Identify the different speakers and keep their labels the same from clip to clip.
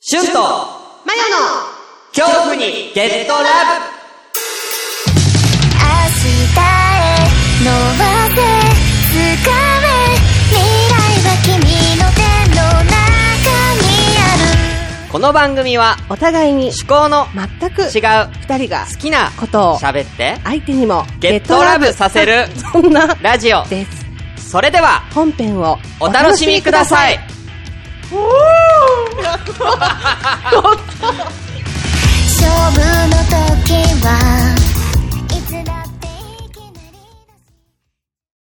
Speaker 1: シュンと
Speaker 2: マヨの
Speaker 1: 恐怖にゲットラブ
Speaker 3: 明日へ伸ばせ掴め未来は君の手の中にある
Speaker 1: この番組は
Speaker 2: お互いに
Speaker 1: 趣向の
Speaker 2: 全く
Speaker 1: 違
Speaker 2: 違う
Speaker 1: う
Speaker 2: 二人が
Speaker 1: 好きな
Speaker 2: ことを
Speaker 1: 喋って
Speaker 2: 相手にも
Speaker 1: ゲットラブさせる
Speaker 2: そんな
Speaker 1: ラジオ
Speaker 2: です
Speaker 1: それでは
Speaker 2: 本編を
Speaker 1: お楽しみください
Speaker 3: 勝負の時はいつだっていき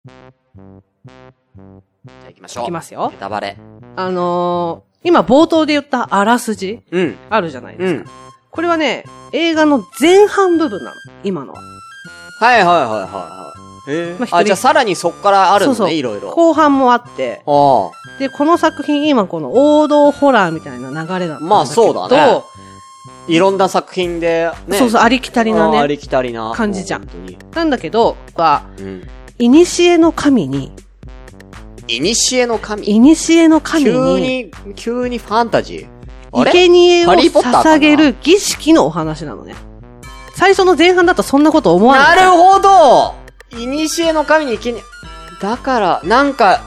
Speaker 3: なりだ
Speaker 1: じゃあ行きましょう
Speaker 2: いきますよ
Speaker 1: ネタバレ
Speaker 2: あのー、今冒頭で言ったあらすじ
Speaker 1: うん
Speaker 2: あるじゃないで
Speaker 1: う
Speaker 2: すか、
Speaker 1: ん
Speaker 2: これはね映画の前半部分なの今のは
Speaker 1: はいはいはいはいはいえ
Speaker 2: まあ一人
Speaker 1: あじゃあさらにそっからあるのね
Speaker 2: そうそう
Speaker 1: いろいろ
Speaker 2: 後半もあって
Speaker 1: あ
Speaker 2: でこの作品今この王道ホラーみたいな流れだったんだけど
Speaker 1: まあそうだねあいろんな作品でね
Speaker 2: そうそう
Speaker 1: う
Speaker 2: ありきたりな
Speaker 1: あ
Speaker 2: ね
Speaker 1: りきたりな
Speaker 2: 感じじゃん
Speaker 1: もう本
Speaker 2: なんだけどは
Speaker 1: 当に
Speaker 2: いにしえの神に
Speaker 1: いにしえの神
Speaker 2: いにしえの神
Speaker 1: 急
Speaker 2: に
Speaker 1: に急にファンタジーあれ
Speaker 2: 生贄を
Speaker 1: ハリーポッターかな
Speaker 2: 捧げる儀式のお話なのね。最初の前半だとそんなこと思わな。
Speaker 1: ないるほどいにしえの神に生贄だから、なんか、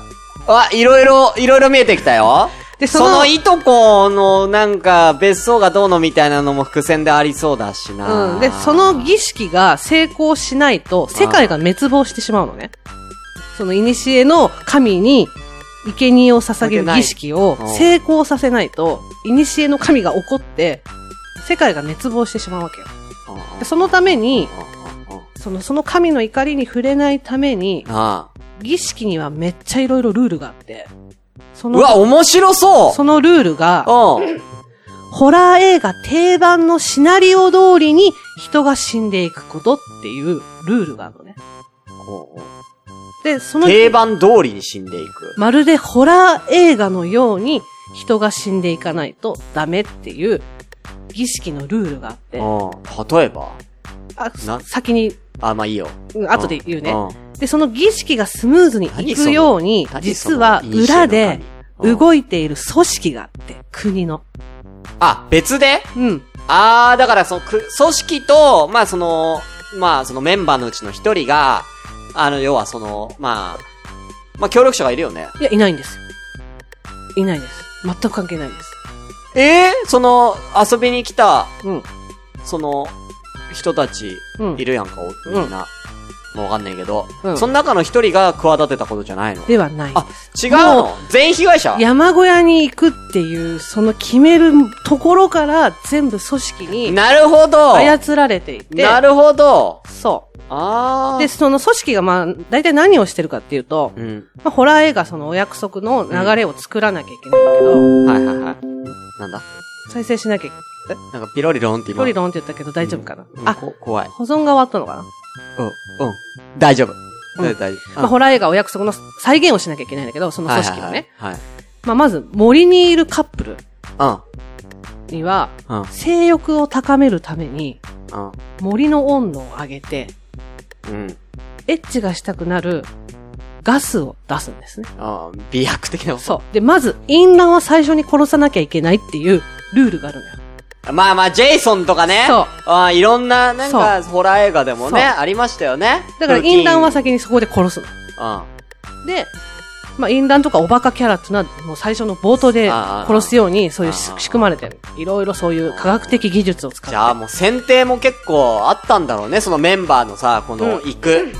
Speaker 1: あ、いろいろ、いろいろ見えてきたよ。
Speaker 2: で、そ
Speaker 1: そ
Speaker 2: の、
Speaker 1: のいとこの、なんか、別荘がどうのみたいなのも伏線でありそうだしな。
Speaker 2: うん。で、その儀式が成功しないと、世界が滅亡してしまうのね。その、古の神に、生贄を捧げる儀式を
Speaker 1: うん
Speaker 2: 成功させないと、古の神が怒って、世界が滅亡してしまうわけよ。
Speaker 1: うん、うん
Speaker 2: でそのために、
Speaker 1: うんうんうん
Speaker 2: その、その神の怒りに触れないために、
Speaker 1: ああ
Speaker 2: 儀式にはめっちゃいろいろルールがあって、そうの
Speaker 1: わ、面白そう
Speaker 2: そのルールが、
Speaker 1: うん。
Speaker 2: ホラー映画定番のシナリオ通りに人が死んでいくことっていうルールがあるのね。で、その、
Speaker 1: 定番通りに死んでいく。
Speaker 2: まるでホラー映画のように人が死んでいかないとダメっていう儀式のルールがあって、
Speaker 1: うん。例えば
Speaker 2: あ
Speaker 1: な
Speaker 2: 先に、
Speaker 1: あ、まあいいよ。
Speaker 2: うん後で言うね。
Speaker 1: んん
Speaker 2: で、その儀式がスムーズにいくように、
Speaker 1: 何そ
Speaker 2: 実
Speaker 1: の
Speaker 2: は裏で動
Speaker 1: い、
Speaker 2: いている組織があって、国の。
Speaker 1: あ、別で
Speaker 2: うん。
Speaker 1: あー、だからその、く組織と、まあその、まあそのメンバーのうちの一人が、あの、要はその、まあ、まあ協力者がいるよね。
Speaker 2: いや、いないんですよ。いないです。全く関係ないです。
Speaker 1: えー、その、遊びに来た、
Speaker 2: うん。
Speaker 1: その、人たち、
Speaker 2: うん
Speaker 1: い。るやんか、おみんな。もうわかんないけど、
Speaker 2: うん
Speaker 1: その中の一人が企てたことじゃないの。
Speaker 2: ではない。
Speaker 1: あ、違うの
Speaker 2: も
Speaker 1: 全員被害者
Speaker 2: 山小屋に行くっていう、その決めるところから全部組織に
Speaker 1: なるほど
Speaker 2: 操られていて、
Speaker 1: なるほど
Speaker 2: そ
Speaker 1: あ
Speaker 2: う。
Speaker 1: ー。
Speaker 2: で、その組織がまあ、大体何をしてるかっていうと、
Speaker 1: うん。
Speaker 2: まあ、ホラー映画そのお約束の流れを作らなきゃいけないんだけど、
Speaker 1: はいはいはい。なんだ
Speaker 2: 再生しなきゃ、
Speaker 1: なんかピロリロンって今。
Speaker 2: ポリロンって言ったけど大丈夫かな、
Speaker 1: うん
Speaker 2: あ、
Speaker 1: こ怖い。
Speaker 2: 保存が終わったのかな、
Speaker 1: うん、うん。大丈夫。大丈夫。
Speaker 2: まあ、ホラー映画お約束の再現をしなきゃいけないんだけど、その組織はね。
Speaker 1: はいはい
Speaker 2: まあ、まず、森にいるカップル
Speaker 1: はい。
Speaker 2: には、
Speaker 1: うん、うん、
Speaker 2: 性欲を高めるために、森の温度を上げて、
Speaker 1: うん。うん。
Speaker 2: エッチがしたくなるガスを出すんですね。
Speaker 1: あー美白的なこ
Speaker 2: そう。で、まず、淫乱は最初に殺さなきゃいけないっていうルールがあるのよ。
Speaker 1: と。まあまあ、ジェイソンとかね。
Speaker 2: そう
Speaker 1: あーいろんな、なんか、ホラー映画でもね、
Speaker 2: そ
Speaker 1: ありましたよね。
Speaker 2: だから、
Speaker 1: イ
Speaker 2: 淫
Speaker 1: ン
Speaker 2: 乱は
Speaker 1: さ、
Speaker 2: 先にそこで殺す
Speaker 1: う
Speaker 2: の。で、まあ、淫乱とかおバカキャラっていうのは、もう最初の冒頭で
Speaker 1: ああ
Speaker 2: 殺すように、そういう
Speaker 1: ああ
Speaker 2: 仕仕組まれてる。いろいろそういう科学的技術を使
Speaker 1: ん。じゃあ
Speaker 2: って。
Speaker 1: もう選定も結構あったんだろうね、そのメンバーのさ、この、
Speaker 2: う
Speaker 1: 行く。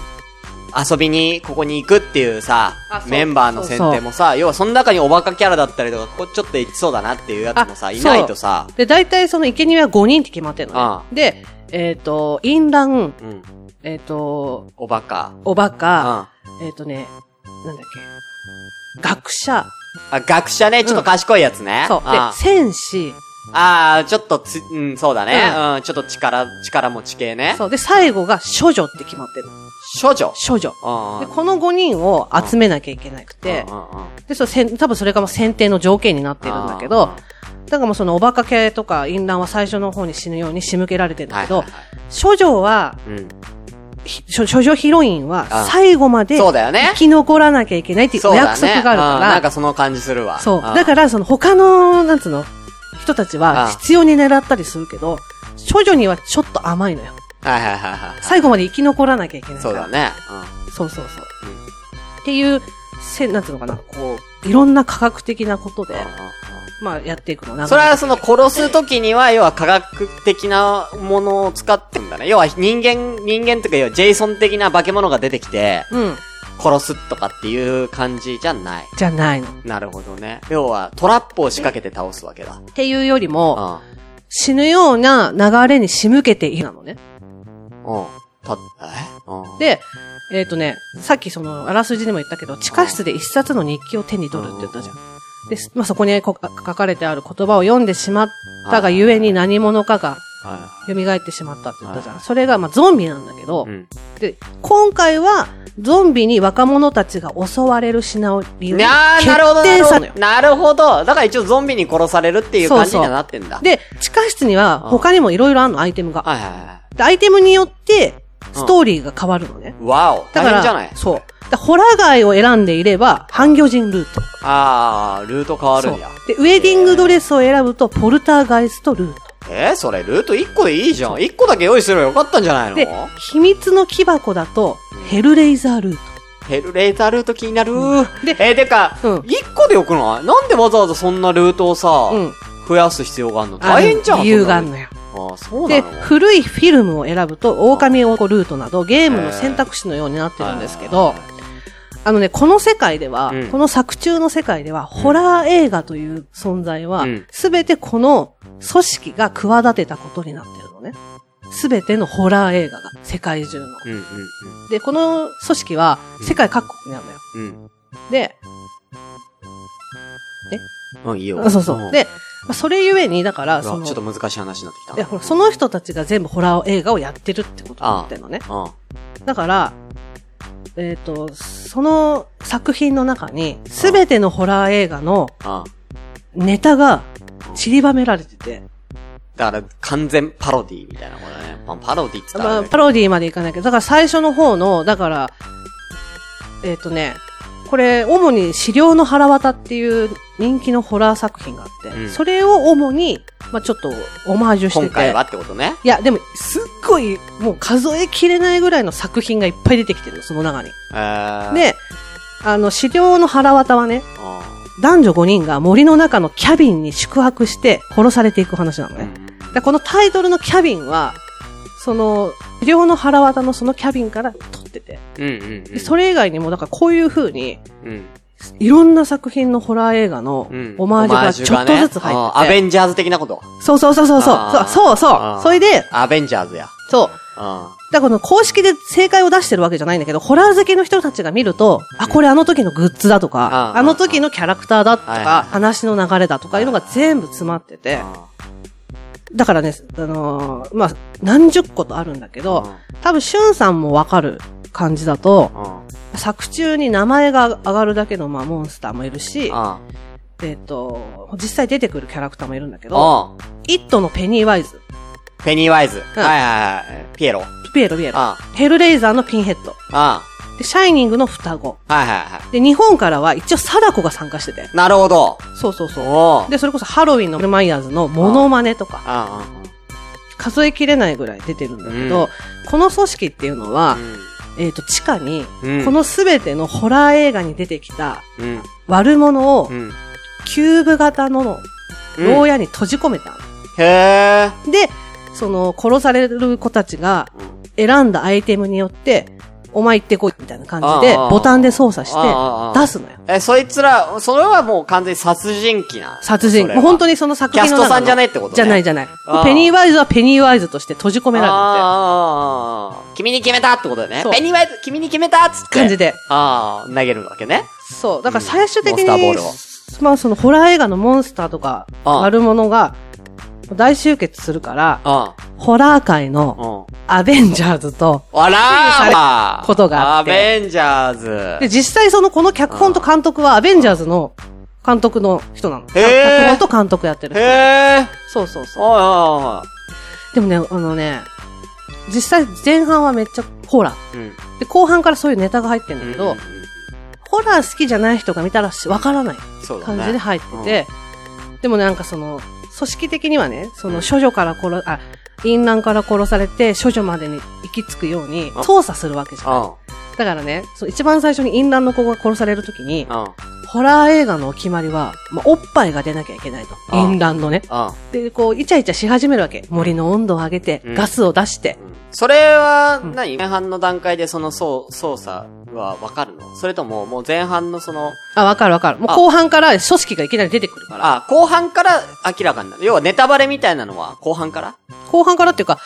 Speaker 1: 遊びに、ここに行くっていうさ
Speaker 2: あ、そう
Speaker 1: メンバーの選定もさ、要はその中におバカキャラだったりとか、ここちょっと行きそうだなっていうやつもさ、
Speaker 2: あ
Speaker 1: いないとさ、
Speaker 2: で、大体その生贄は5人って決まってるのね。
Speaker 1: あ
Speaker 2: で、えっ、と、淫乱、
Speaker 1: うん、
Speaker 2: えっ、と、
Speaker 1: おバカ。
Speaker 2: おバ
Speaker 1: うん。あ、
Speaker 2: カ、えっ、とね、なんだっけ、学者、
Speaker 1: 学者ね、ちょっと賢いやつね。
Speaker 2: そう。で
Speaker 1: あ、
Speaker 2: 戦士、
Speaker 1: あー、ちょっとつ、うん、そうだね。
Speaker 2: う
Speaker 1: うん、ちょっと力、力持ち系ね。
Speaker 2: そう。で、最後が処女って決まってる。
Speaker 1: 処女。
Speaker 2: 処女。
Speaker 1: うんう
Speaker 2: で、
Speaker 1: ん。
Speaker 2: この5人を集めなきゃいけなくて
Speaker 1: う、んうんうん、
Speaker 2: で、そう、せん多分それがもう選定の条件になってるんだけど、だからもうそのおバカ系とか淫乱は最初の方に死ぬように仕向けられてるんだ
Speaker 1: はい
Speaker 2: け
Speaker 1: はい
Speaker 2: ど
Speaker 1: は、
Speaker 2: 処女は、
Speaker 1: い。うん。
Speaker 2: ひ処処女ヒロインは
Speaker 1: あ
Speaker 2: 最後まで
Speaker 1: そう
Speaker 2: 生
Speaker 1: だよね。
Speaker 2: き残らなきゃいけないっていう
Speaker 1: そう
Speaker 2: お
Speaker 1: だね
Speaker 2: 約束が
Speaker 1: うん
Speaker 2: あ
Speaker 1: なん
Speaker 2: るか
Speaker 1: かその感じするわ。
Speaker 2: ら、そう。
Speaker 1: ん
Speaker 2: だからその他の、なんつうの、人たち
Speaker 1: ああ
Speaker 2: は必要に狙ったりするけど、処女にはちょっと甘いのよ。
Speaker 1: はいはいはいはい。
Speaker 2: 最後まで生き残らなきゃいけないか
Speaker 1: そう
Speaker 2: ら。
Speaker 1: だね。
Speaker 2: そうそうそう。
Speaker 1: うん。うん
Speaker 2: っていう、せ、なんていうのかな、こう、いろんな科学的なことで、まあやっていくのなんか
Speaker 1: それはその殺すときには、要は科学的なものを使ってんだね。要は人間、人間とか、要はジェイソン的な化け物が出てきて、
Speaker 2: うん。
Speaker 1: 殺すとかっていう感じじゃない。
Speaker 2: じゃないの。っ
Speaker 1: なるほどね。要はトラップを仕掛けて倒すわけだ。
Speaker 2: ていうより
Speaker 1: う
Speaker 2: も、
Speaker 1: ん。
Speaker 2: 死ぬような流れに仕向けているなのね。
Speaker 1: うん。た、えうん。
Speaker 2: で、えっ、とね、さっきその、あらすじでも言ったけど、地下室で一冊の日記を手に取るって言ったじゃん。で、まあ、そこにこ書かれてある言葉を読んでしまったがゆえに何者かが
Speaker 1: は
Speaker 2: 蘇ってしまったって言ったじゃん。それが、まあ、ゾンビなんだけど、
Speaker 1: い。うん。
Speaker 2: で、今回は、ゾンビに若者たちが襲われるシナリオ
Speaker 1: いやー、なるほど、な
Speaker 2: 定
Speaker 1: る
Speaker 2: さ
Speaker 1: ほ
Speaker 2: れる
Speaker 1: ど。なるほど。だから一応ゾンビに殺されるっていう感じにはなってんだ。
Speaker 2: で、地下室には他にもいろいろあるの、アイテムが。
Speaker 1: はいはいは
Speaker 2: でアイテムによって、ストーリーが変わるのね。
Speaker 1: い。わお。大
Speaker 2: だか
Speaker 1: 変
Speaker 2: ら、
Speaker 1: じゃない
Speaker 2: そう。だからホラー街を選んでいれば、半魚人ルート。
Speaker 1: あー、ルート変わるんや。
Speaker 2: そうで、ウェディングドレスを選ぶと、ポルターガイストルート。
Speaker 1: えー、それルート1個でいいじゃん。1個だけ用意すればよかったんじゃないの
Speaker 2: で、秘密の木箱だと、ヘルレイザールート。
Speaker 1: ヘルレータールート気になるー。
Speaker 2: で
Speaker 1: えー、てか、
Speaker 2: うん
Speaker 1: 1個でよくないなんでわざわざそんなルートをさ、
Speaker 2: うん
Speaker 1: 増やす必要があるの大変じゃん。
Speaker 2: ある理由がある
Speaker 1: よ。
Speaker 2: のよ。
Speaker 1: あー、そうな
Speaker 2: で、
Speaker 1: の
Speaker 2: 古いフィルムを選ぶと、狼男ルートなど、ゲームの選択肢のようになってるんですけど、あのね、この世界では、
Speaker 1: うん
Speaker 2: この作中の世界では、ホラー映画という存在は
Speaker 1: うん、
Speaker 2: すべ、てこの組織が企てたことになってるのね。すべてのホラー映画が、世界中の。
Speaker 1: うんうん
Speaker 2: で、この組織は、
Speaker 1: うん
Speaker 2: 世界各国にあるのよ。
Speaker 1: うん。
Speaker 2: で、
Speaker 1: うん。うん、いいよ。
Speaker 2: あそうそう。
Speaker 1: ん、
Speaker 2: で、まあそれゆえに、だから、
Speaker 1: う
Speaker 2: そ
Speaker 1: わ
Speaker 2: の、
Speaker 1: ちょっと難しい話になってきた
Speaker 2: いや。ほらその人たちが全部ホラー映画をやってるってことになってるのね。
Speaker 1: うん。
Speaker 2: だから、えっ、と、その作品の中に、すべてのホラー映画の
Speaker 1: うん。
Speaker 2: ネタが散りばめられてて、
Speaker 1: だから、完全パロディみたいなことだね。まあ、パロディって言った
Speaker 2: ま
Speaker 1: ら、
Speaker 2: あ、
Speaker 1: ね
Speaker 2: パロディーまでいかないけど、だから最初の方の、だから、えっ、とね、これ、主に資料の腹渡っていう人気のホラー作品があって、
Speaker 1: うん
Speaker 2: それを主に、まあちょっとオマージュしてて。
Speaker 1: 今回はってことね。
Speaker 2: いや、でも、すっごい、もう数えきれないぐらいの作品がいっぱい出てきてるの、その中に。
Speaker 1: えー、
Speaker 2: で、あの、資料の腹渡はね、
Speaker 1: う
Speaker 2: 男女5人が森の中のキャビンに宿泊して殺されていく話なの
Speaker 1: ん。う
Speaker 2: ね。
Speaker 1: ん
Speaker 2: だからこのタイトルのキャビンは、その、資料の腹渡のそのキャビンから撮ってて。
Speaker 1: うんうんう
Speaker 2: で
Speaker 1: ん。
Speaker 2: それ以外にも、だからこういう風に、
Speaker 1: うん。
Speaker 2: いろんな作品のホラー映画の
Speaker 1: うん
Speaker 2: オマージュがちょっとずつ
Speaker 1: オマージュがねうん
Speaker 2: 入
Speaker 1: ア
Speaker 2: って
Speaker 1: ベ
Speaker 2: て。
Speaker 1: ンジャーズ的なこと。
Speaker 2: そうそうそうそうそ
Speaker 1: あー
Speaker 2: う。そうそ
Speaker 1: あー
Speaker 2: う。それで、
Speaker 1: アベンジャーズや。
Speaker 2: そ
Speaker 1: う
Speaker 2: う。
Speaker 1: ん。
Speaker 2: だからこの公式で正解を出してるわけじゃないんだけど、ホラー好きの人たちが見ると、あ、これあの時のグッズだと
Speaker 1: あ
Speaker 2: か、
Speaker 1: あ
Speaker 2: あの時のキャラクターだと
Speaker 1: はいはいはい
Speaker 2: か、話の流れだとかいうのが全部詰まってて、だからね、あのーまあ、何十個とあるんだけど、多分、しゅんさんもわかる感じだと、
Speaker 1: うん。うん。
Speaker 2: 作中に名前が上がるだけの、まあ、モンスターもいるし、
Speaker 1: あ
Speaker 2: えっ、と、実際出てくるキャラクターもいるんだけど、
Speaker 1: あ。うん。
Speaker 2: イットのペニーワイズ、
Speaker 1: ペニーワイズ。
Speaker 2: うん
Speaker 1: はいはいはい。ピエロ。
Speaker 2: ピエロピエロ、
Speaker 1: あ
Speaker 2: ヘルレイザーのピンヘッド、
Speaker 1: あ。
Speaker 2: でシャイニングの双子、
Speaker 1: うん。はいはいは
Speaker 2: で、日本からは一応貞子が参加してて。
Speaker 1: い。なるほど。
Speaker 2: そうそうそう。
Speaker 1: おー。
Speaker 2: で、それこそハロウィンのマイヤーズのモノマネとか、
Speaker 1: ああ。
Speaker 2: 数えきれないぐらい出てるんだけど、この組織っていうのは、えっ、と、地下に、
Speaker 1: うん
Speaker 2: このすべてのホラー映画に出てきた
Speaker 1: うん。
Speaker 2: 悪者を
Speaker 1: う、ん。
Speaker 2: キューブ型の
Speaker 1: うん。
Speaker 2: 牢
Speaker 1: や。
Speaker 2: 屋に閉じ込めたの、
Speaker 1: へえ。
Speaker 2: で、その、殺される子たちが
Speaker 1: うん
Speaker 2: 選んだアイテムによって、お前行ってこい、みたいな感じで
Speaker 1: ああああ、
Speaker 2: ボタンで操作して
Speaker 1: あああ、あ
Speaker 2: 出すのよ。
Speaker 1: え、そいつら、それはもう完全に殺人鬼な。
Speaker 2: 殺人。
Speaker 1: それ
Speaker 2: も
Speaker 1: は
Speaker 2: う本当にその作
Speaker 1: キャ
Speaker 2: 品
Speaker 1: スト
Speaker 2: の中の
Speaker 1: さんじゃないってことね
Speaker 2: じゃないじゃない
Speaker 1: あー。
Speaker 2: ペニーワイズはペニーワイズとして閉じ込められて
Speaker 1: ああ、君に決めたってことだよ
Speaker 2: そ
Speaker 1: ね。
Speaker 2: う
Speaker 1: ペニーワイズ、君に決めたっつって。
Speaker 2: 感じで。
Speaker 1: ああ、投げるわけね。
Speaker 2: そう。だから最終的
Speaker 1: うんモンスタ
Speaker 2: に
Speaker 1: ーボールを、
Speaker 2: まあそのホラー映画のモンスターとか
Speaker 1: あー
Speaker 2: 悪者が大集結するから、
Speaker 1: あ
Speaker 2: ホラー界
Speaker 1: あ、う
Speaker 2: の
Speaker 1: ん。
Speaker 2: アベンジャーズと、
Speaker 1: あらー
Speaker 2: ことがあって
Speaker 1: アベンジャーズ。
Speaker 2: で、実際そのこの脚本と監督はアベンジャーズの監督の人なの。脚
Speaker 1: へー
Speaker 2: 本と監督やってる
Speaker 1: へ
Speaker 2: 人。
Speaker 1: え。
Speaker 2: そうそうそう。
Speaker 1: おいお
Speaker 2: でもね、あのね、実際前半はめっちゃホラー。
Speaker 1: いおい。うん。
Speaker 2: で、後半からそういうネタが入ってるんだけど、
Speaker 1: うん
Speaker 2: ホラー好きじゃない人が見たらしわからない
Speaker 1: そうだね。
Speaker 2: 感じで入ってて、でもなんかその、組織的にはね、その処女から殺、あ、淫乱から殺されて、処女までに行き着くように、
Speaker 1: あ
Speaker 2: 操作するわけじゃん。だからね、そう一番最初に淫乱の子が殺されるときに
Speaker 1: う、ん。うん。
Speaker 2: ホラー映画のお決まりは、まあ、おっぱいが出なきゃいけないと。
Speaker 1: あ
Speaker 2: 淫乱のね。
Speaker 1: うん。
Speaker 2: で、こう、イチャイチャし始めるわけ。森の温度を上げて、
Speaker 1: うん
Speaker 2: ガスを出して。
Speaker 1: それは
Speaker 2: うん
Speaker 1: 何、前半の段階でその操操作はわかるのそれとも、もう前半のその、
Speaker 2: あ、わかるわかる。もう
Speaker 1: あ
Speaker 2: 後半から組織がいきなり出てくるから。
Speaker 1: あ、後半から明らかになる。要はネタバレみたいなのは後半から
Speaker 2: 後半からっていうか、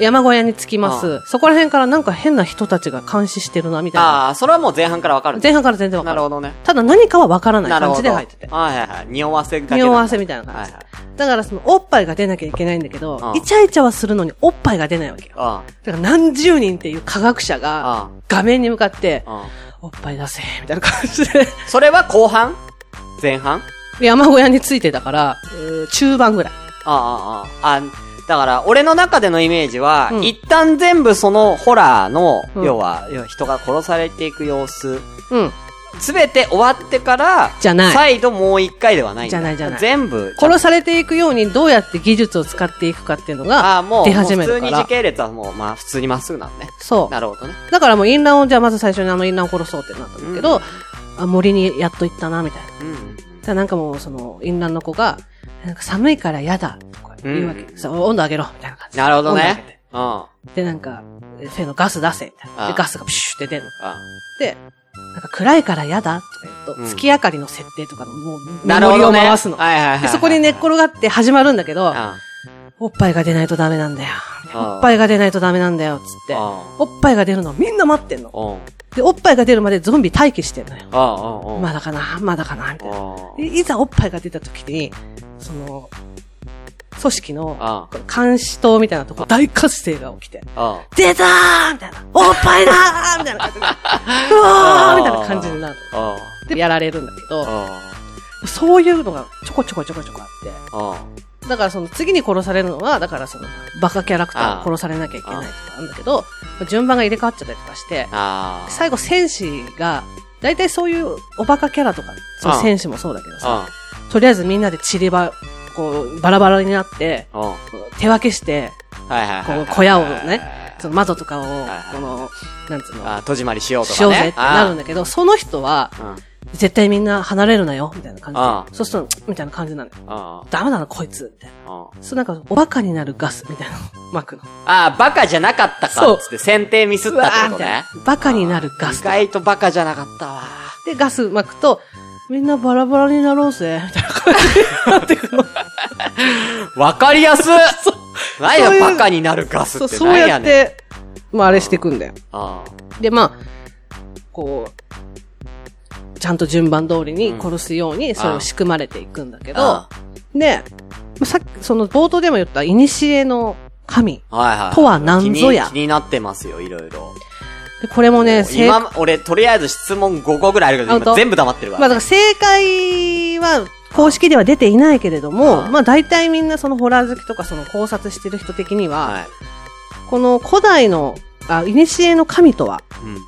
Speaker 2: 山小屋に着きます。そこら辺からなんか変な人たちが監視してるな、みたいな。
Speaker 1: ああ、それはもう前半からわかるんだ
Speaker 2: 前半から全然わか
Speaker 1: なる
Speaker 2: る。
Speaker 1: ほどね。
Speaker 2: ただ何かはわからない
Speaker 1: なる
Speaker 2: 感
Speaker 1: ほ
Speaker 2: じ
Speaker 1: ど。
Speaker 2: で
Speaker 1: は
Speaker 2: 入
Speaker 1: い
Speaker 2: ってて。
Speaker 1: はいはい。匂わせだけなんだ
Speaker 2: 匂わせみたいな感
Speaker 1: はい
Speaker 2: じ。
Speaker 1: はい。
Speaker 2: だからその、おっぱいが出なきゃいけないんだけど、
Speaker 1: うん
Speaker 2: イチャイチャはするのにおっぱいが出ないわけよ。
Speaker 1: あ
Speaker 2: だから何十人っていう科学者が、
Speaker 1: あ、
Speaker 2: 画面に向かって、
Speaker 1: ああ。
Speaker 2: おっぱい出せ、みたいな感じで。
Speaker 1: それは後半前半
Speaker 2: 山小屋についてたから、うー中盤ぐらい。
Speaker 1: ああ、ああ。あだから、俺の中でのイメージは、
Speaker 2: うん
Speaker 1: 一旦全部そのホラーの、
Speaker 2: うん
Speaker 1: 要は、要は人が殺されていく様子、
Speaker 2: うん。
Speaker 1: すべて終わってから、
Speaker 2: じゃない
Speaker 1: 再度もう一回ではないんだ
Speaker 2: じゃないじゃない
Speaker 1: 全部。
Speaker 2: 殺されていくようにどうやって技術を使っていくかっていうの
Speaker 1: あ
Speaker 2: が
Speaker 1: あ、もう、
Speaker 2: 出始め
Speaker 1: も
Speaker 2: るか
Speaker 1: う普通に
Speaker 2: ら
Speaker 1: 時。系列はもう、まあ、普通にまっすぐなのね。
Speaker 2: そう。
Speaker 1: なるほどね。
Speaker 2: だからもうインランをじゃあまず最初にあのインランを殺そうってなったんだけど、あ森にやっと行ったな、みたいな。
Speaker 1: うんうんうん。
Speaker 2: じゃあなんかもうそのインランの子が、なんか寒いから嫌だ、とか言うわけ。
Speaker 1: うん
Speaker 2: そう温度上げろ、みたいな感じ。
Speaker 1: なるほど
Speaker 2: 温度上げ
Speaker 1: ね
Speaker 2: て。
Speaker 1: うん。あ
Speaker 2: で、なんか、えフェのガス出せ、みたいな。
Speaker 1: あ
Speaker 2: で、ガスがプシュって出るの。
Speaker 1: あ
Speaker 2: で、なんか暗いから嫌だ、とか言うと、
Speaker 1: うん
Speaker 2: 月明かりの設定とかのもう、
Speaker 1: なるほ
Speaker 2: メモ
Speaker 1: どね。
Speaker 2: リを回すの。
Speaker 1: はいはいはいはい。
Speaker 2: で、そこに寝っ転がって始まるんだけど、
Speaker 1: あ
Speaker 2: おっぱいが出ないとダメなんだよ。
Speaker 1: あ
Speaker 2: おっぱいが出ないとダメなんだよ、つって。
Speaker 1: あ
Speaker 2: おっぱいが出るのをみんな待ってんの。
Speaker 1: うん。
Speaker 2: で、おっぱいが出るまでゾンビ待機してんのよ。
Speaker 1: ああ、うんうん。
Speaker 2: まだかな、まだかな、みたいな。
Speaker 1: あ
Speaker 2: でいざおっぱいが出た時に、その、組織の
Speaker 1: あ。
Speaker 2: 監視塔みたいなとこ、大活性が起きて、
Speaker 1: あ
Speaker 2: 出たーみたいな、おっぱいだーみたいな 感じで、うわーみたいな感じになる
Speaker 1: あ。あ
Speaker 2: の。で、やられるんだけ
Speaker 1: あ。
Speaker 2: ど、
Speaker 1: あ
Speaker 2: そういうのがちょこちょこちょこちょこあっ
Speaker 1: あ。
Speaker 2: て、だからその次に殺されるのは、だからその、バカキャラクターを殺されなきゃいけないとかあるんだけど、順番が入れ替わっちゃったりとかして、
Speaker 1: ああ。
Speaker 2: 最後戦士が、大体そういうおバカキャラとか、その戦士もそうだけどさ、
Speaker 1: あ
Speaker 2: とりあえずみんなで散りば、こう、バラバラになって、
Speaker 1: あ。うん。はい
Speaker 2: 手分けして、
Speaker 1: はいはいはい。
Speaker 2: こう小屋をねその窓とかを
Speaker 1: は、い
Speaker 2: この、なんつう
Speaker 1: あ
Speaker 2: の、
Speaker 1: あ、戸締まりしようとかね。
Speaker 2: しようぜってなるん
Speaker 1: だ
Speaker 2: だけど、その人は、
Speaker 1: うん。
Speaker 2: 絶対みんな離れるなよ、みたいな
Speaker 1: あ
Speaker 2: 感じで。そうすると、みたいな感じなのよ。
Speaker 1: あ
Speaker 2: ダメだな、こいつ、みたいな。
Speaker 1: あ。うん。
Speaker 2: そうなんか、おバカになるガス、みたいなの、 巻くの。
Speaker 1: ああ、バカじゃなかった
Speaker 2: そ
Speaker 1: か
Speaker 2: う
Speaker 1: っつって選定ミスったってこ
Speaker 2: み
Speaker 1: と
Speaker 2: たい
Speaker 1: ね
Speaker 2: な。。バカになるガス
Speaker 1: 意。外とバカじゃなかったわ。
Speaker 2: で、ガス巻くと、みんなバラバラになろうぜ、みたいな感じになってくの。
Speaker 1: わかりやす
Speaker 2: そう
Speaker 1: 何や
Speaker 2: そういう
Speaker 1: バカになるガス
Speaker 2: そう、
Speaker 1: って
Speaker 2: そう
Speaker 1: 何
Speaker 2: や
Speaker 1: や
Speaker 2: っ
Speaker 1: ねん。
Speaker 2: て、まあ、あれしていくんだよ。
Speaker 1: あ
Speaker 2: で、まあ、こう、ちゃんと順番通りに殺すように、それを仕組まれていくんだけど
Speaker 1: あ、
Speaker 2: で、まあさっき、その冒頭でも言った、古の神。
Speaker 1: あ。はいはい。
Speaker 2: とは何ぞや
Speaker 1: 気に気になってますよ、いろいろ。
Speaker 2: でこれもね、
Speaker 1: もう
Speaker 2: 正
Speaker 1: 今、俺、とりあえず質問5個ぐらいあるけど、
Speaker 2: あ本
Speaker 1: 今
Speaker 2: 当
Speaker 1: 全部黙ってるか。
Speaker 2: まあ、だからら正解は、公式では出ていないけれども、
Speaker 1: ああ
Speaker 2: まあ大体みんなそのホラー好きとかその考察してる人的には、
Speaker 1: はい。
Speaker 2: この古代の、あ、古の神とは、
Speaker 1: うん。
Speaker 2: も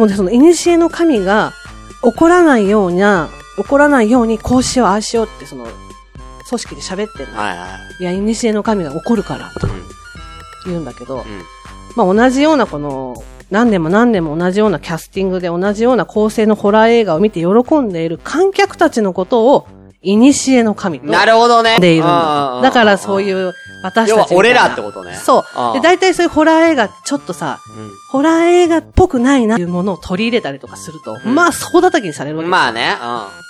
Speaker 2: うねその、古の神が怒らないような、怒らないようにこうしよう、ああしようってその、組織で喋ってるの。
Speaker 1: はいはい。
Speaker 2: いや、古の神が怒るから、と
Speaker 1: うん。
Speaker 2: 言うんだけど、
Speaker 1: うん。
Speaker 2: まあ同じようなこの、何年も何年も同じようなキャスティングで同じような構成のホラー映画を見て喜んでいる観客たちのことを、古の神と
Speaker 1: なるほどね。。
Speaker 2: でいるんだ。だからそういうう、私たちみたい
Speaker 1: 要
Speaker 2: な。
Speaker 1: は俺らってことね。
Speaker 2: そう
Speaker 1: あ。あ
Speaker 2: で、大体そういうホラー映画、ちょっとさ、
Speaker 1: う
Speaker 2: ホラー映画っぽくないなっていうものを取り入れたりとかすると、
Speaker 1: うん
Speaker 2: まあ、そう叩きにされるわけ。
Speaker 1: ん。まあね。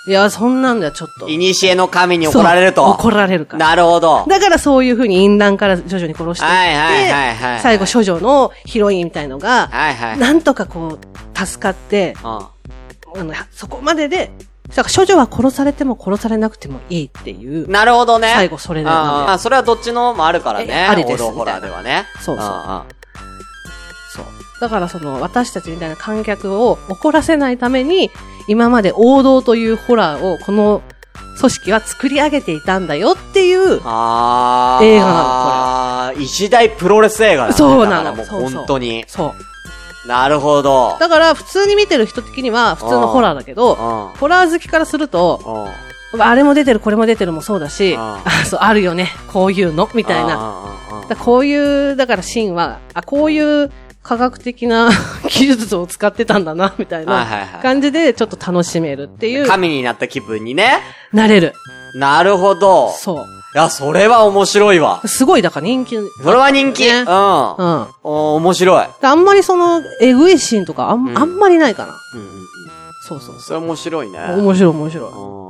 Speaker 2: いや、そんなんだよ、ちょっ
Speaker 1: う
Speaker 2: と。
Speaker 1: ん。いにしえの神に怒られる
Speaker 2: そう
Speaker 1: と。
Speaker 2: 怒られるから。
Speaker 1: なるほど。
Speaker 2: だからそういうふうに淫乱から徐々に殺していって、
Speaker 1: はいはいはいはい
Speaker 2: 最後、処女のヒロインみたいのが、
Speaker 1: はいはい。うん。
Speaker 2: なんとかこう、助かって、
Speaker 1: あ
Speaker 2: あのそこまでで、だから処女は殺されても殺されなくてもいいっていう、
Speaker 1: なるほどね。
Speaker 2: 最後それなんだよ
Speaker 1: ああ、それはどっちのもあるからね。
Speaker 2: えありです
Speaker 1: 王道ホラーではね。
Speaker 2: そうそう
Speaker 1: あ
Speaker 2: そう。だからその、私たちみたいな観客を怒らせないために、今まで王道というホラーを、この組織は作り上げていたんだよっていう、
Speaker 1: あ。
Speaker 2: 映画なの
Speaker 1: なの、これ。一大プロレス映画だね
Speaker 2: そうなの
Speaker 1: だからもう
Speaker 2: そうそう
Speaker 1: 本当に。
Speaker 2: そう。
Speaker 1: なるほど。
Speaker 2: だから、普通に見てる人的には、普通のホラーだけど、
Speaker 1: うん。
Speaker 2: ホラー好きからすると、
Speaker 1: うん。
Speaker 2: あれも出てる、これも出てるもそうだし、
Speaker 1: あ
Speaker 2: あそうあるよね、こういうの、み
Speaker 1: み
Speaker 2: たいな。
Speaker 1: な
Speaker 2: だこういう、だからシーンは、あ、こういう科学的な 技術を使ってたんだな、みたい
Speaker 1: はいはいは
Speaker 2: ない感じで、ちょっと楽しめるっていう、
Speaker 1: 神になった気分にね。
Speaker 2: なれる。
Speaker 1: なるほど。
Speaker 2: そ
Speaker 1: いや、それは面白いわ
Speaker 2: う。。すごい、だから人気。うん。
Speaker 1: それは人気。
Speaker 2: ね
Speaker 1: うん。お面白い。
Speaker 2: あんまりその、えぐいシーンとかあん、
Speaker 1: うん
Speaker 2: あんまりないかな。
Speaker 1: うん。
Speaker 2: そうそうそ
Speaker 1: それ面白いね。
Speaker 2: う。面白い面白い。
Speaker 1: うん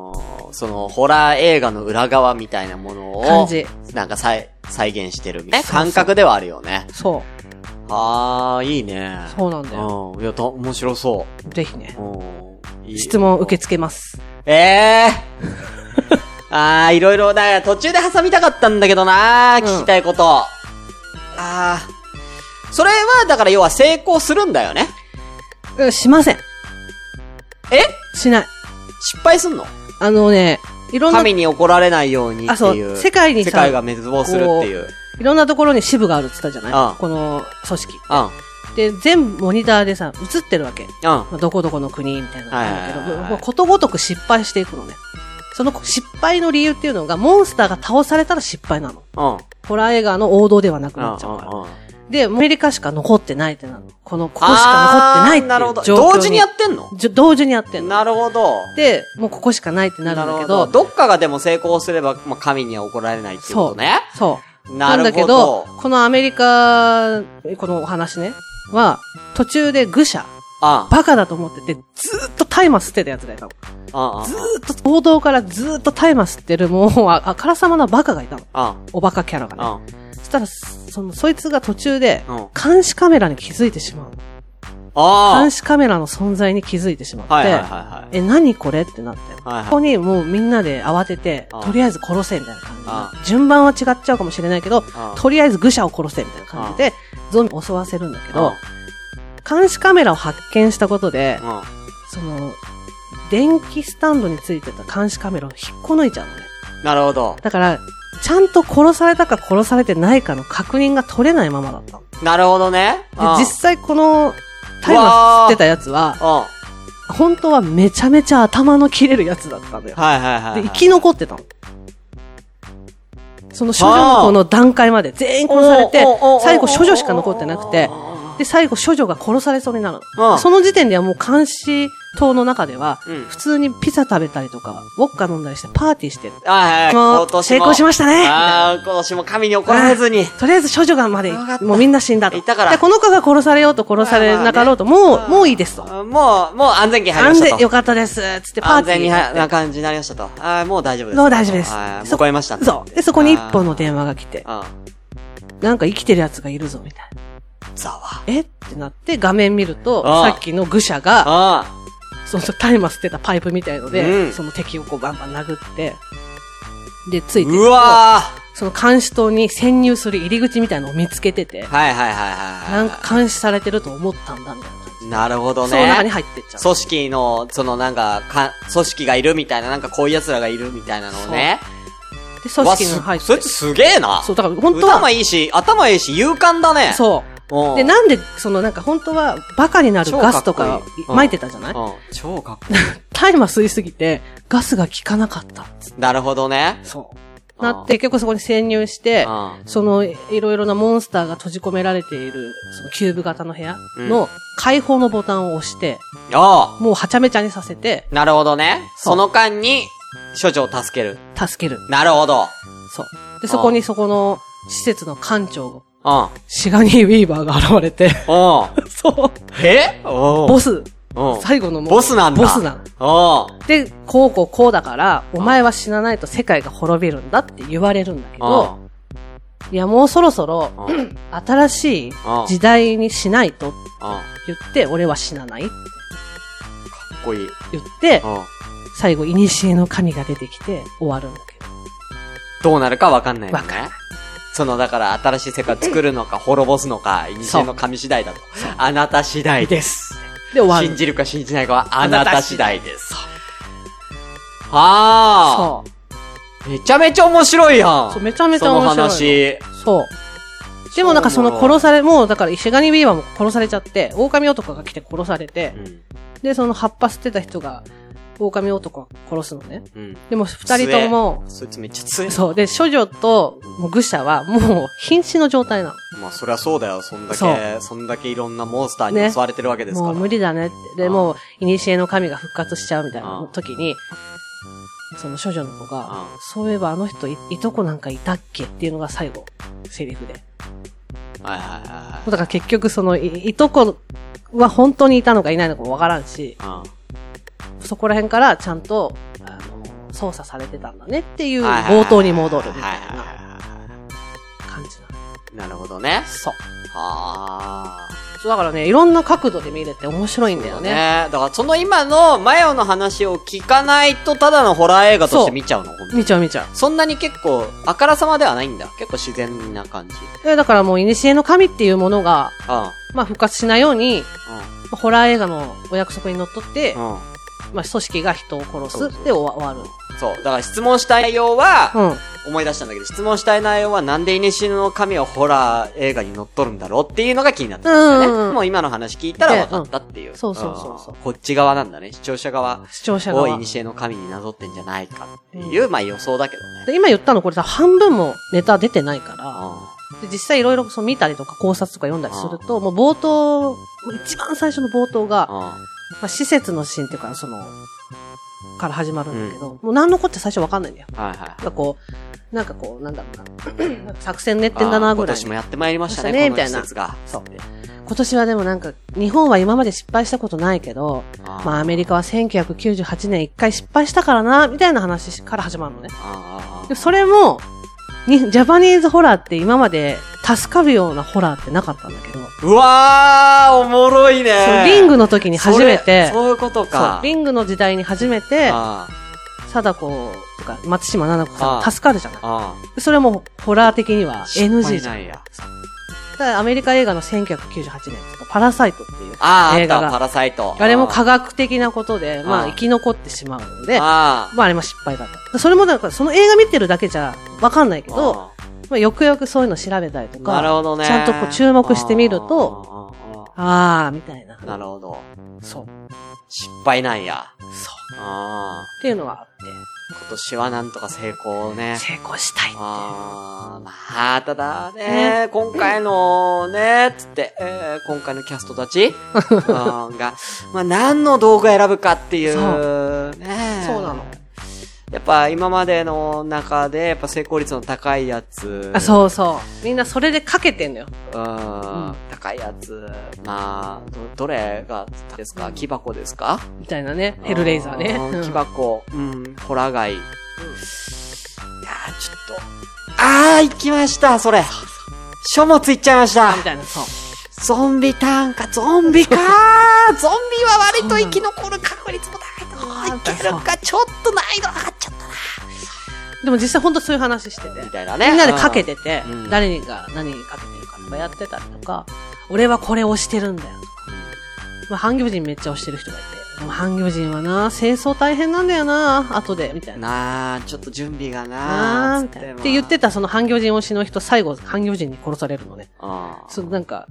Speaker 1: その、ホラー映画の裏側みたいなものを、
Speaker 2: 感じ
Speaker 1: なんか再、再現してるみたいな
Speaker 2: そうそう
Speaker 1: 感覚ではあるよね。
Speaker 2: そ
Speaker 1: あー、いいね。
Speaker 2: う。そうなんだよ。
Speaker 1: うん。いや、た、面白そ
Speaker 2: ぜひね
Speaker 1: う。。うん。いい
Speaker 2: 質問受け付けます。
Speaker 1: ええー。あー、いろいろ、だから途中で挟みたかったんだけどなー、
Speaker 2: うん
Speaker 1: 聞きたいこと。ああー。それは、だから要は成功するんだよね。
Speaker 2: うん、しません。
Speaker 1: え
Speaker 2: しない。
Speaker 1: 失敗すんの
Speaker 2: あのね、いろんな、
Speaker 1: 神に怒られないようにって
Speaker 2: あそう
Speaker 1: いう。
Speaker 2: 世界にさ
Speaker 1: 世界が滅亡するっていう。うん。
Speaker 2: いろんなところに支部があるって言ったじゃない
Speaker 1: ああ
Speaker 2: この組織。
Speaker 1: うん。
Speaker 2: で、全部モニターでさ、映ってるわけ。
Speaker 1: うん。
Speaker 2: まあどこどこの国みたいなのがあるんだ
Speaker 1: はい
Speaker 2: け
Speaker 1: は
Speaker 2: ど
Speaker 1: いは
Speaker 2: も、
Speaker 1: いう
Speaker 2: もうことごとく失敗していくのね。その失敗の理由っていうのが、モンスターが倒されたら失敗なの。
Speaker 1: うん。
Speaker 2: ホラー映画の王道ではなく
Speaker 1: うん。
Speaker 2: なっちゃうから。
Speaker 1: あ
Speaker 2: で、アメリカしか残ってないってなるの。この、ここしか残
Speaker 1: あ
Speaker 2: ってない
Speaker 1: ー
Speaker 2: っていう状況に。
Speaker 1: なるほど。同時にやってんの
Speaker 2: じょ同時にやってんの。
Speaker 1: なるほど。
Speaker 2: で、もうここしかないってなるんだけど、
Speaker 1: どっかがでも成功すれば、まあ、神には怒られないっていうことね。
Speaker 2: そう。
Speaker 1: なる
Speaker 2: んだけ
Speaker 1: ほど。、
Speaker 2: どこのアメリカ、このお話ね、は、途中で愚者、
Speaker 1: あ
Speaker 2: バカだと思ってて、ずーっと大麻吸ってたやつがいたの。
Speaker 1: あ、ああ、
Speaker 2: ずーっと、王道からずーっと大麻吸ってる、もう、ああからさまなバカがいたの。
Speaker 1: あ
Speaker 2: おバカキャラ
Speaker 1: あ、あ
Speaker 2: がね。そしたら、その、そいつが途中で
Speaker 1: うん、
Speaker 2: 監視カメラに気づいてしまうの。
Speaker 1: あ。
Speaker 2: 監視カメラの存在に気づいてしまって、
Speaker 1: はいはいはいはい。
Speaker 2: え、何これってなって。
Speaker 1: はいはい
Speaker 2: ここにもうみんなで慌てて
Speaker 1: あ、
Speaker 2: とりあえず殺せみたいな感じで
Speaker 1: あ
Speaker 2: 順番は違っちゃうかもしれないけど
Speaker 1: あ、
Speaker 2: とりあえず愚者を殺せみたいな感じで、ゾンビを襲わせるんだけど
Speaker 1: あ、
Speaker 2: 監視カメラを発見したことで
Speaker 1: う、ん。
Speaker 2: その、電気スタンドについてた監視カメラを引っこ抜いちゃうのね。
Speaker 1: なるほど。
Speaker 2: だから、ちゃんと殺されたか殺されてないかの確認が取れないままだったの。
Speaker 1: なるほどね。
Speaker 2: で実際この、タイマー吸ってたやつは、
Speaker 1: うん。うん。
Speaker 2: 本当はめちゃめちゃ頭の切れるやつだったんだよ。
Speaker 1: はいはいはい。
Speaker 2: で、生き残ってたの。その処女の子の段階まで全員殺されて
Speaker 1: おうおうおうおう、
Speaker 2: 最後処女しか残ってなくて
Speaker 1: おうおうおうおう、
Speaker 2: で、最後処女が殺されそうになる
Speaker 1: う
Speaker 2: の。
Speaker 1: ん
Speaker 2: その時点ではもう監視塔の中では
Speaker 1: うん、
Speaker 2: 普通にピザ食べたりとか、ウォッカ飲んだりしてパーティーしてる。
Speaker 1: はいはい。
Speaker 2: も
Speaker 1: 今
Speaker 2: う
Speaker 1: 年も。
Speaker 2: 成功しましたね
Speaker 1: ああ、今年も神に怒られずに。
Speaker 2: とりあえず処女がまで
Speaker 1: よかっ、た
Speaker 2: もうみんな死んだと。
Speaker 1: いたから
Speaker 2: でこの子が殺されようと殺されなかろうと、もう、もういいですと。
Speaker 1: あもう、もう安全圏入りま
Speaker 2: 安
Speaker 1: した
Speaker 2: 全、
Speaker 1: と
Speaker 2: よ。かったです。つってパー
Speaker 1: 安
Speaker 2: ティ
Speaker 1: 全
Speaker 2: ー
Speaker 1: に
Speaker 2: やって。
Speaker 1: はな感じになりましたと。ああ、もう大丈夫です。
Speaker 2: もう大丈夫です
Speaker 1: あ。ー
Speaker 2: そ
Speaker 1: もう超えましたね
Speaker 2: そう。で、そこに一本の電話が来て、
Speaker 1: あ
Speaker 2: なんか生きてる奴がいるぞ、みたいな。
Speaker 1: ーざわ。
Speaker 2: えってなって、画面見ると、
Speaker 1: ああ
Speaker 2: さっきの愚者が、
Speaker 1: あ
Speaker 2: そのタイマー捨てたパイプみたいので、
Speaker 1: うん
Speaker 2: その敵をこうバンバン殴って、で、つい
Speaker 1: ー
Speaker 2: てく
Speaker 1: う
Speaker 2: と
Speaker 1: わ
Speaker 2: その監視塔に潜入する入り口みたいのを見つけてて
Speaker 1: ー、はいはいはいはい
Speaker 2: な
Speaker 1: は
Speaker 2: ん
Speaker 1: い。
Speaker 2: か監視されてると思ったんだ、みたいな感じ。
Speaker 1: なるほど
Speaker 2: その中に
Speaker 1: ね。
Speaker 2: 入ってっちゃう。
Speaker 1: 組織の、そのなんかか、組織がいるみたいな、なんかこういう奴らがいるみたいなのをね。
Speaker 2: で、組織に
Speaker 1: うわ
Speaker 2: 入っ
Speaker 1: すそい
Speaker 2: て
Speaker 1: つ。すげえな。
Speaker 2: そう、だから本当
Speaker 1: 頭
Speaker 2: は、
Speaker 1: いいし、頭いいし、勇敢だね。
Speaker 2: そう。
Speaker 1: う
Speaker 2: で、
Speaker 1: ん、
Speaker 2: なんで、そのなんか本当は、バカになるガスとか
Speaker 1: 超かっこいいうん
Speaker 2: 撒いてたじゃない
Speaker 1: うん、超かっこいい。
Speaker 2: タイマー吸いすぎて、ガスが効かなかったっつって。
Speaker 1: なるほどね。
Speaker 2: そう。
Speaker 1: あー
Speaker 2: なって、結構そこに潜入して
Speaker 1: あ、
Speaker 2: その、いろいろなモンスターが閉じ込められている、そのキューブ型の部屋
Speaker 1: うん
Speaker 2: の開放のボタンを押して、
Speaker 1: あ
Speaker 2: もうはちゃめちゃにさせて、
Speaker 1: あ、なるほどね。
Speaker 2: そ
Speaker 1: そ
Speaker 2: う
Speaker 1: の間に、処女を助ける。
Speaker 2: 助ける。
Speaker 1: なるほど。
Speaker 2: そう。で、そこ
Speaker 1: あ
Speaker 2: にそこの施設の館長、
Speaker 1: うん。
Speaker 2: シガニー・ウィーバーが現れて、
Speaker 1: う
Speaker 2: そう。
Speaker 1: ん。えお
Speaker 2: ボス、
Speaker 1: うん。
Speaker 2: 最後のもう
Speaker 1: ボスなんだ。
Speaker 2: ボスなの。
Speaker 1: の。うん。
Speaker 2: で、こうこうこうだから、お前は死なないと世界が滅びるんだって言われるんだけど、いや、もうそろそろ、
Speaker 1: うん。うん。
Speaker 2: 新しい
Speaker 1: ああ
Speaker 2: 時代にしないと
Speaker 1: か
Speaker 2: 言って、俺は死なないって
Speaker 1: っこいい。うん。
Speaker 2: 言って、最後、古の神が出てきて終わるんだけど。
Speaker 1: どうなるかわかんないよ
Speaker 2: わ
Speaker 1: ね
Speaker 2: かんな。
Speaker 1: その、だから、新しい世界を作るのか、滅ぼすのか、イニシエの神次第だと。あなた次第です。
Speaker 2: で、終わ
Speaker 1: 信
Speaker 2: る。
Speaker 1: じるか信じないかは、あなた次第です。はあ
Speaker 2: そ
Speaker 1: めちゃめちゃ面白いやん。
Speaker 2: そうめちゃめちゃ面白いの
Speaker 1: その話。
Speaker 2: う。そう。でもなんかその殺され、もうだから石神ビーバーも殺されちゃって、狼男が来て殺されて
Speaker 1: う、ん。
Speaker 2: で、その葉っぱ捨てた人が、狼男は殺すのね。
Speaker 1: うん。
Speaker 2: でも二人とも、
Speaker 1: そいつめっちゃ強い。
Speaker 2: そう。で、処女ともう愚者はもう瀕死の状態な
Speaker 1: まあ、そりゃそうだよ。そんだ
Speaker 2: そ
Speaker 1: け、そんだけいろんなモンスター
Speaker 2: ね
Speaker 1: に襲われてるわけで
Speaker 2: の。
Speaker 1: すか
Speaker 2: も
Speaker 1: ら。
Speaker 2: う無理だねって。
Speaker 1: あ
Speaker 2: で、
Speaker 1: あ
Speaker 2: もう、古の神が復活しちゃうみたい
Speaker 1: ああ
Speaker 2: な時に、その処女の子が
Speaker 1: あ、
Speaker 2: そういえばあの人いいとこなんかいたっけっていうのが最後、セリフで。
Speaker 1: はいはいはいはい。
Speaker 2: だから結局そのい、いとこは本当にいたのかいないのかもわからんし、
Speaker 1: うん。
Speaker 2: そこら辺からちゃんと、あの、操作されてたんだねっていう
Speaker 1: はいはいはい
Speaker 2: 冒頭に戻るみ
Speaker 1: は
Speaker 2: た
Speaker 1: い
Speaker 2: い
Speaker 1: はい
Speaker 2: な
Speaker 1: はいは
Speaker 2: 感じなの。
Speaker 1: い。なるほどね。
Speaker 2: そう。
Speaker 1: はあ。
Speaker 2: そうだからね、いろんな角度で見れて面白いんだよ
Speaker 1: ね
Speaker 2: ね。
Speaker 1: だからその今のマヨの話を聞かないとただのホラー映画として見ちゃうの、ほんとに
Speaker 2: 見ちゃう見ちゃう。
Speaker 1: そんなに結構、あからさまではないんだ。結構自然な感じ。
Speaker 2: えだからもう、古の神っていうものが、
Speaker 1: うん。
Speaker 2: まあ復活しないように、
Speaker 1: う
Speaker 2: まあホラー映画のお約束にのっとって、
Speaker 1: ん。うん。
Speaker 2: まあ組織が人を殺
Speaker 1: そうそ
Speaker 2: す
Speaker 1: う
Speaker 2: で終わ終わ
Speaker 1: そう。だから質問したい内容は、
Speaker 2: る。うん。
Speaker 1: 思い出したんだけど、質問したい内容はなんでイニシの神はホラー映画に乗っ取るんだろうっていうのが気になったんだ
Speaker 2: うんうん
Speaker 1: よ
Speaker 2: うん
Speaker 1: ね。もう今の話聞いたら分かったっていう。
Speaker 2: んそうそうそうそうん
Speaker 1: こっち側なんだね。視聴者側
Speaker 2: 視聴者
Speaker 1: を
Speaker 2: 側
Speaker 1: イニ。シの神になぞってんじゃないかっていう、まあ予想だけどね。
Speaker 2: で今言ったのこれさ、半分もネタ出てないから、
Speaker 1: う
Speaker 2: で実際いろいろそう見たりとか考察とか読んだりすると、もう冒頭、一番最初の冒頭が、
Speaker 1: ん。うん。
Speaker 2: まあ、施設のシーンっていうか、その、から始まるんだけど、もう何のこって最初わかんないんだよ。
Speaker 1: はいはい。
Speaker 2: なんかこう、なんかこう、なんだろうな。 なんか作戦練ってんだな、
Speaker 1: あー
Speaker 2: ぐ
Speaker 1: 今
Speaker 2: らい。
Speaker 1: 年もやってまいりましたね、
Speaker 2: ましたね
Speaker 1: この季節が。
Speaker 2: そう
Speaker 1: つって
Speaker 2: 今年はでもなんか、日本は今まで失敗したことないけど、
Speaker 1: あー
Speaker 2: まあアメリカは1998年一回失敗したからな、みたいな話から始まるのね。
Speaker 1: あー
Speaker 2: でそれも、に、ジャパニーズホラーって今まで助かるようなホラーってなかったんだけど、
Speaker 1: うわー、おもろいね
Speaker 2: そのリングの時に初めて、
Speaker 1: それそういうこと
Speaker 2: そう
Speaker 1: か。
Speaker 2: リングの時代に初めて、
Speaker 1: あ
Speaker 2: 貞子とか松島菜々子さ
Speaker 1: あ
Speaker 2: ん助かるじゃない
Speaker 1: ー。あー
Speaker 2: それもホラー的には NG
Speaker 1: 失敗
Speaker 2: じゃん。
Speaker 1: ないや。
Speaker 2: だからアメリカ映画の1998年とか、パラサイトっていう。
Speaker 1: あー、あ
Speaker 2: 映
Speaker 1: っ
Speaker 2: 画
Speaker 1: た
Speaker 2: が
Speaker 1: わ、パラサイト。
Speaker 2: あれも科
Speaker 1: が
Speaker 2: 学的なことで、まあ
Speaker 1: あ
Speaker 2: 生き残ってしまうので、
Speaker 1: あ
Speaker 2: まああれも失敗だった。それもだからその映画見てるだけじゃわかんないけ
Speaker 1: ー
Speaker 2: ど、
Speaker 1: あ
Speaker 2: まあよくよくそういうの調べたりと
Speaker 1: ーなる
Speaker 2: か、
Speaker 1: ほどね。
Speaker 2: ちゃんとこう注目してみる
Speaker 1: と。
Speaker 2: あーみたいな。
Speaker 1: なるほど。
Speaker 2: そう。
Speaker 1: 失敗なんや。
Speaker 2: そう。
Speaker 1: あ
Speaker 2: っていうのがあっ
Speaker 1: ー今年はなんとか成功
Speaker 2: て、
Speaker 1: ね。
Speaker 2: 成功したいっていう。
Speaker 1: あーまあ、ただね、今回のね、つって、えー今回のキャストたちうんが、まあ何の動画選ぶかっていう、ね。
Speaker 2: そうなの。
Speaker 1: やっぱ今までの中で、やっぱ成功率の高いやつ。
Speaker 2: あ、そうそう。みんなそれでかけてんのよ。
Speaker 1: うん。
Speaker 2: ん
Speaker 1: 高いやつ。まあ、ど、どれがですか木箱ですか
Speaker 2: みたいなね。ヘルレイザーね。
Speaker 1: うん
Speaker 2: うん
Speaker 1: 木箱。うん。ホラガイ。いやー、ちょっと。あー、行きました、それ。書物行っちゃいました
Speaker 2: み。たいな、そう。
Speaker 1: ゾンビターンか、ゾンビ かー。ゾンビは割と生き残る確率も高い
Speaker 2: そう
Speaker 1: と。
Speaker 2: ないんだ
Speaker 1: けるか、ちょっと難易度上がっちゃったな。
Speaker 2: でも実際本当そういう話してて
Speaker 1: み。たいなね。
Speaker 2: みんなでかけてて、
Speaker 1: うん
Speaker 2: 誰が何にかけてるかとかやってたりとか、俺はこれをしてるんだよとか。まあ、半魚人めっちゃ推してる人がいて。でも半魚人はな、清掃大変なんだよな、後で、みたいな。
Speaker 1: なあ、ちょっと準備がな
Speaker 2: な
Speaker 1: あ、
Speaker 2: ー
Speaker 1: つ
Speaker 2: み
Speaker 1: った
Speaker 2: い
Speaker 1: て
Speaker 2: な。って言ってたその半魚人推しの人、最後、半魚人に殺されるのね。
Speaker 1: あー
Speaker 2: そう、なんか、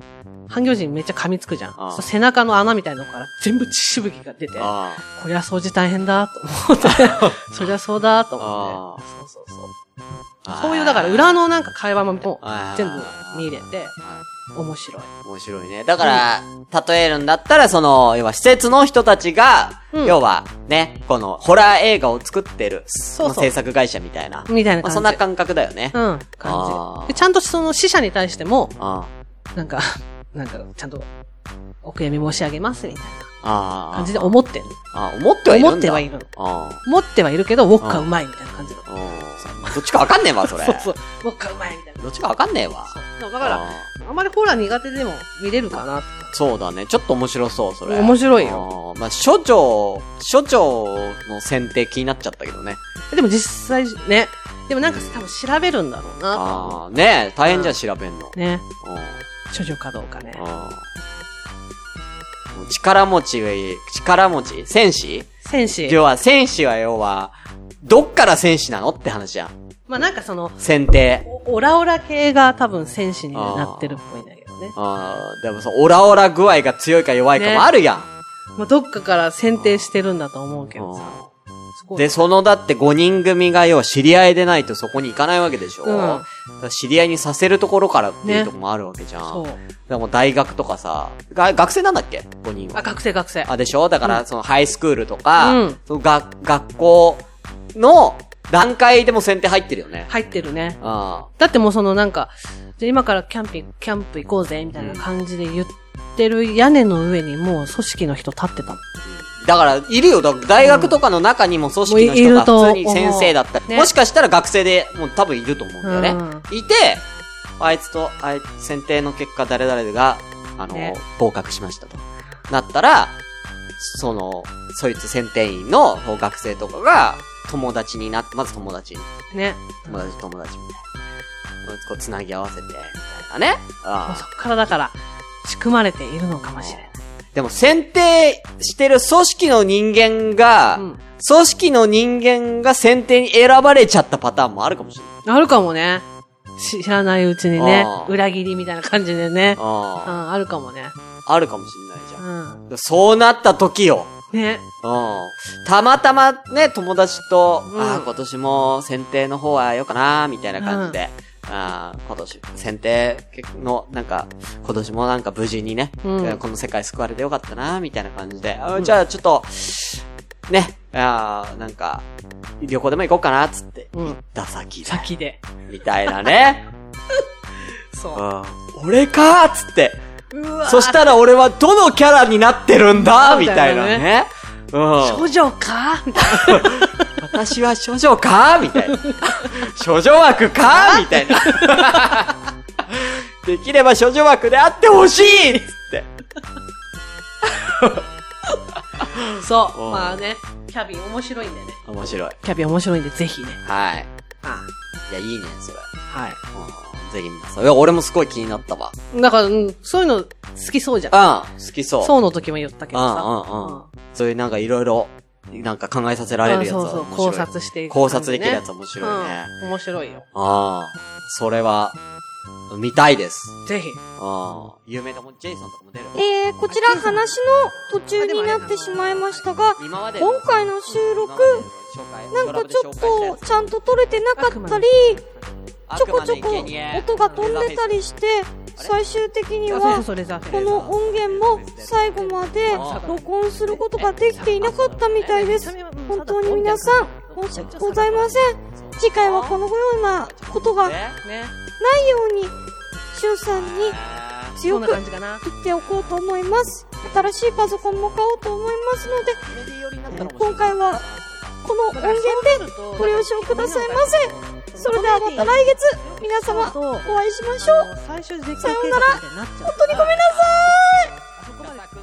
Speaker 2: 半魚人めっちゃ噛みつくじゃん。
Speaker 1: あ
Speaker 2: そう背中の穴みたいなのから全部血しぶきが出て、こ
Speaker 1: あ
Speaker 2: りゃ掃除大変だ、と 思って。そりゃそうだ、と思って。そうそうそう。
Speaker 1: ー
Speaker 2: そういう、だから裏のなんか会話もも
Speaker 1: あー
Speaker 2: 全部見入れて、
Speaker 1: は
Speaker 2: 面白い。
Speaker 1: い面白いね。だから、例えるんだったら、その、要は施設の人たちが、
Speaker 2: うん
Speaker 1: 要はね、この、ホラー映画を作ってる、そう
Speaker 2: そう
Speaker 1: 制作会社みたいな。
Speaker 2: みたいな
Speaker 1: まあ
Speaker 2: 感じ。
Speaker 1: そんな感覚だよね。
Speaker 2: うん、
Speaker 1: あ
Speaker 2: 感
Speaker 1: ー
Speaker 2: じ。でちゃんとその死者に対しても、
Speaker 1: あ
Speaker 2: なんか、 なんか、ちゃんと、お悔やみ申し上げます、みたい
Speaker 1: あ。あ
Speaker 2: な
Speaker 1: あ。
Speaker 2: 感じで思ってる。
Speaker 1: あ思ってはいるんだ。
Speaker 2: 思ってはいるの
Speaker 1: あ
Speaker 2: 思ってはいるけど、ウォッカうまい、みたいな感じの。
Speaker 1: あ。うんどっちかわかんねえわ、それ。
Speaker 2: そうそう、ウォッカうまい、みたいな。
Speaker 1: どっちかわかんねえわ。
Speaker 2: そうだか
Speaker 1: あ
Speaker 2: ら、
Speaker 1: ー
Speaker 2: あまりホラー苦手でも見れるかな。
Speaker 1: そうだね。ちょっと面白そう、それ。
Speaker 2: 面白いよ
Speaker 1: あー。まあ、所長、所長の選定気になっちゃったけどね。
Speaker 2: でも実際ね、でもなんか多分調べるんだろうなと思
Speaker 1: ああ、ねえ、大変じゃん、調べんの。
Speaker 2: う。ね、
Speaker 1: うん
Speaker 2: 処女かどうかね。
Speaker 1: うんもう力持ちがいい。力持ち戦士
Speaker 2: 戦士。
Speaker 1: 要は、戦士は要は、どっから戦士なのって話じゃん。
Speaker 2: まあなんかその、
Speaker 1: 選定。
Speaker 2: おオラオラ系が多分戦士になってるっぽいんだけどね。
Speaker 1: あーでもそう、オラオラ具合が強いか弱いかもあるやん。
Speaker 2: まあ、どっかから選定してるんだと思うけどさ。すごい
Speaker 1: で、そのだって5人組が要は知り合いでないとそこに行かないわけでしょ、
Speaker 2: うん
Speaker 1: だから知り合いにさせるところからっていう
Speaker 2: ね
Speaker 1: ところもあるわけじゃん。
Speaker 2: そう。
Speaker 1: でもう大学とかさ、が学生なんだっけ ?5 人
Speaker 2: あ、
Speaker 1: は。
Speaker 2: 学生学生。
Speaker 1: あ、でしょだから、そのハイスクールとか、
Speaker 2: うん
Speaker 1: そのが学校の段階でも選定入ってるよね。
Speaker 2: 入ってるね。
Speaker 1: あ
Speaker 2: だってもうそのなんか、じゃあ今からキャンピング、キャンプ行こうぜ、みたいな感じで言ってる屋根の上にもう組織の人立ってたもん。
Speaker 1: あだから、いるよ。だ大学とかの中にも組織の人が
Speaker 2: もう
Speaker 1: 普
Speaker 2: い
Speaker 1: 通
Speaker 2: る
Speaker 1: に
Speaker 2: と思う
Speaker 1: 先生だったり、
Speaker 2: ね
Speaker 1: もしかしたら学生でもう多分いると思うんだよね。
Speaker 2: う
Speaker 1: いて、あいつと、あい選定の結果誰々が、あの、
Speaker 2: ね
Speaker 1: 合格しましたと。なったら、その、そいつ選定員の学生とかが、友達になって、まず友達に、
Speaker 2: ね。
Speaker 1: 友達、友達みたいな。こう、つなぎ合わせて、みたいなね。
Speaker 2: もう
Speaker 1: あ
Speaker 2: そっからだから、仕組まれているのかもしれない。
Speaker 1: あでも、選定してる組織の人間が、
Speaker 2: うん
Speaker 1: 組織の人間が選定に選ばれちゃったパターンもあるかもしれない。
Speaker 2: あるかもね。し知らないうちにね
Speaker 1: あ、ー
Speaker 2: 裏切りみたいな感じでね。う
Speaker 1: あ
Speaker 2: ん、あるかもね。
Speaker 1: あ、あるかもしれないじゃ。
Speaker 2: うんん。
Speaker 1: そうなった時よ。
Speaker 2: ね。
Speaker 1: うん。たまたまね、友達と、
Speaker 2: うん
Speaker 1: ああ、今年も選定の方はよかな、みたいな感じで。ああ、今年、選定の、なんか、今年もなんか無事にね、
Speaker 2: うん
Speaker 1: えーこの世界救われてよかったな、みたいな感じで。あー
Speaker 2: うん
Speaker 1: じゃあ、ちょっと、ね、ああ、なんか、旅行でも行こうかな、つって、
Speaker 2: うん
Speaker 1: 行った先で、
Speaker 2: 先で。
Speaker 1: みたいなね。う
Speaker 2: そ
Speaker 1: ん俺かーつって。
Speaker 2: う。うわ
Speaker 1: そしたら俺はどのキャラになってるんだみたいな
Speaker 2: そうだ
Speaker 1: ね。うん。
Speaker 2: 少女かみたいな
Speaker 1: 私は処女かみた いな。処女枠かみたいな。 できれば処女枠であってほしいっつって。
Speaker 2: そう
Speaker 1: うん。
Speaker 2: まあね、キャビン面白いんでね。
Speaker 1: 面白い。
Speaker 2: キャビン面白いんで、ぜひね。
Speaker 1: はい。
Speaker 2: あ
Speaker 1: いや、いいね、それ。
Speaker 2: はい。
Speaker 1: うんぜひ皆さん。いや、俺もすごい気になったわ。
Speaker 2: なんか、うん、そういうの好きそうじゃ
Speaker 1: う
Speaker 2: ん。
Speaker 1: ん、好きそう。う。
Speaker 2: そうの時も言ったけどさ。
Speaker 1: うんうんうんそういうなんかいろいろ、なんか考えさせら
Speaker 2: あ
Speaker 1: れるやつは
Speaker 2: そうそう、
Speaker 1: 面白い
Speaker 2: 考察していく、
Speaker 1: 考察できるやつは面
Speaker 2: ね。
Speaker 1: 白いね。
Speaker 2: うん。面白いよ。
Speaker 1: ああ、それは、見たいです。
Speaker 2: ぜひ。
Speaker 1: ああ、有名だもん、ジェイソンとかも出る。
Speaker 4: えー、こちら話の途中になってしまいましたが、
Speaker 1: 今まで
Speaker 4: 今回の収録、なんかちょっとちゃんと撮れてなかったり、ちょこちょこ音が飛んでたりして、最終的に
Speaker 2: あ、そうそ
Speaker 4: は
Speaker 2: う、それだ。
Speaker 4: この音源も最後まで録音することができていなかったみたいです。本当に皆さん、申し訳ございません。次回はこのようなことがないよ
Speaker 2: ね。
Speaker 4: うに、しゅんさんに
Speaker 2: そ
Speaker 4: 強
Speaker 2: んな
Speaker 4: く
Speaker 2: 感じかな。
Speaker 4: 言っておこうと思います。新しいパソコンも買おうと思いますので、今回はこの音源でご了承くださいませ。それではまた来月、皆様お会いしましょう。
Speaker 2: 最初絶
Speaker 4: さ
Speaker 2: 対
Speaker 4: よ
Speaker 2: 警
Speaker 4: う
Speaker 2: 察み
Speaker 4: なら
Speaker 2: たいになっちゃう。
Speaker 4: 本当にごめんなさい。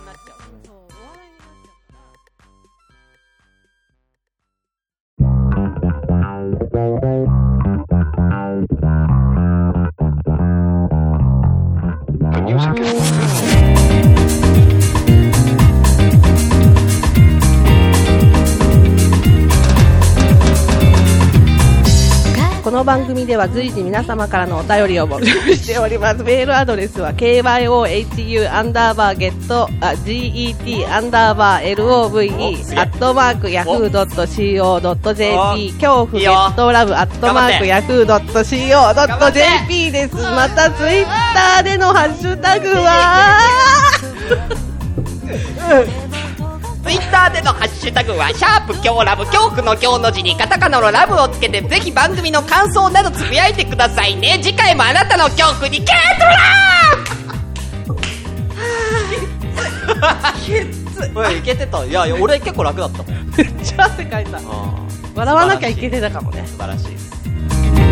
Speaker 2: この番組では随時皆様からのお便りを募集しております。メールアドレスは kyohu アンダーバーゲット、あ、get アンダーバー
Speaker 1: おすげ
Speaker 2: love
Speaker 1: え
Speaker 2: アットマーク yahoo.co.jp 恐怖
Speaker 1: いい
Speaker 2: ゲ
Speaker 1: よ
Speaker 2: ットラブアットマーク yahoo.co.jp です。またツイッターでのハッシュタグ は、
Speaker 5: ツイッターでのハッシュタグは、シャープ今日ラブ恐怖の今日の字にカタカナのラブをつけて、ぜひ番組の感想などつぶやいてくださいね。次回もあなたの恐怖にゲットラブ
Speaker 1: うん、いけてた。いや、いや俺結構楽だったもん。
Speaker 2: めっちゃ汗かいた。
Speaker 1: あ
Speaker 2: 笑わなきゃいけてたかもね。
Speaker 1: 素晴らしいです。
Speaker 2: はい。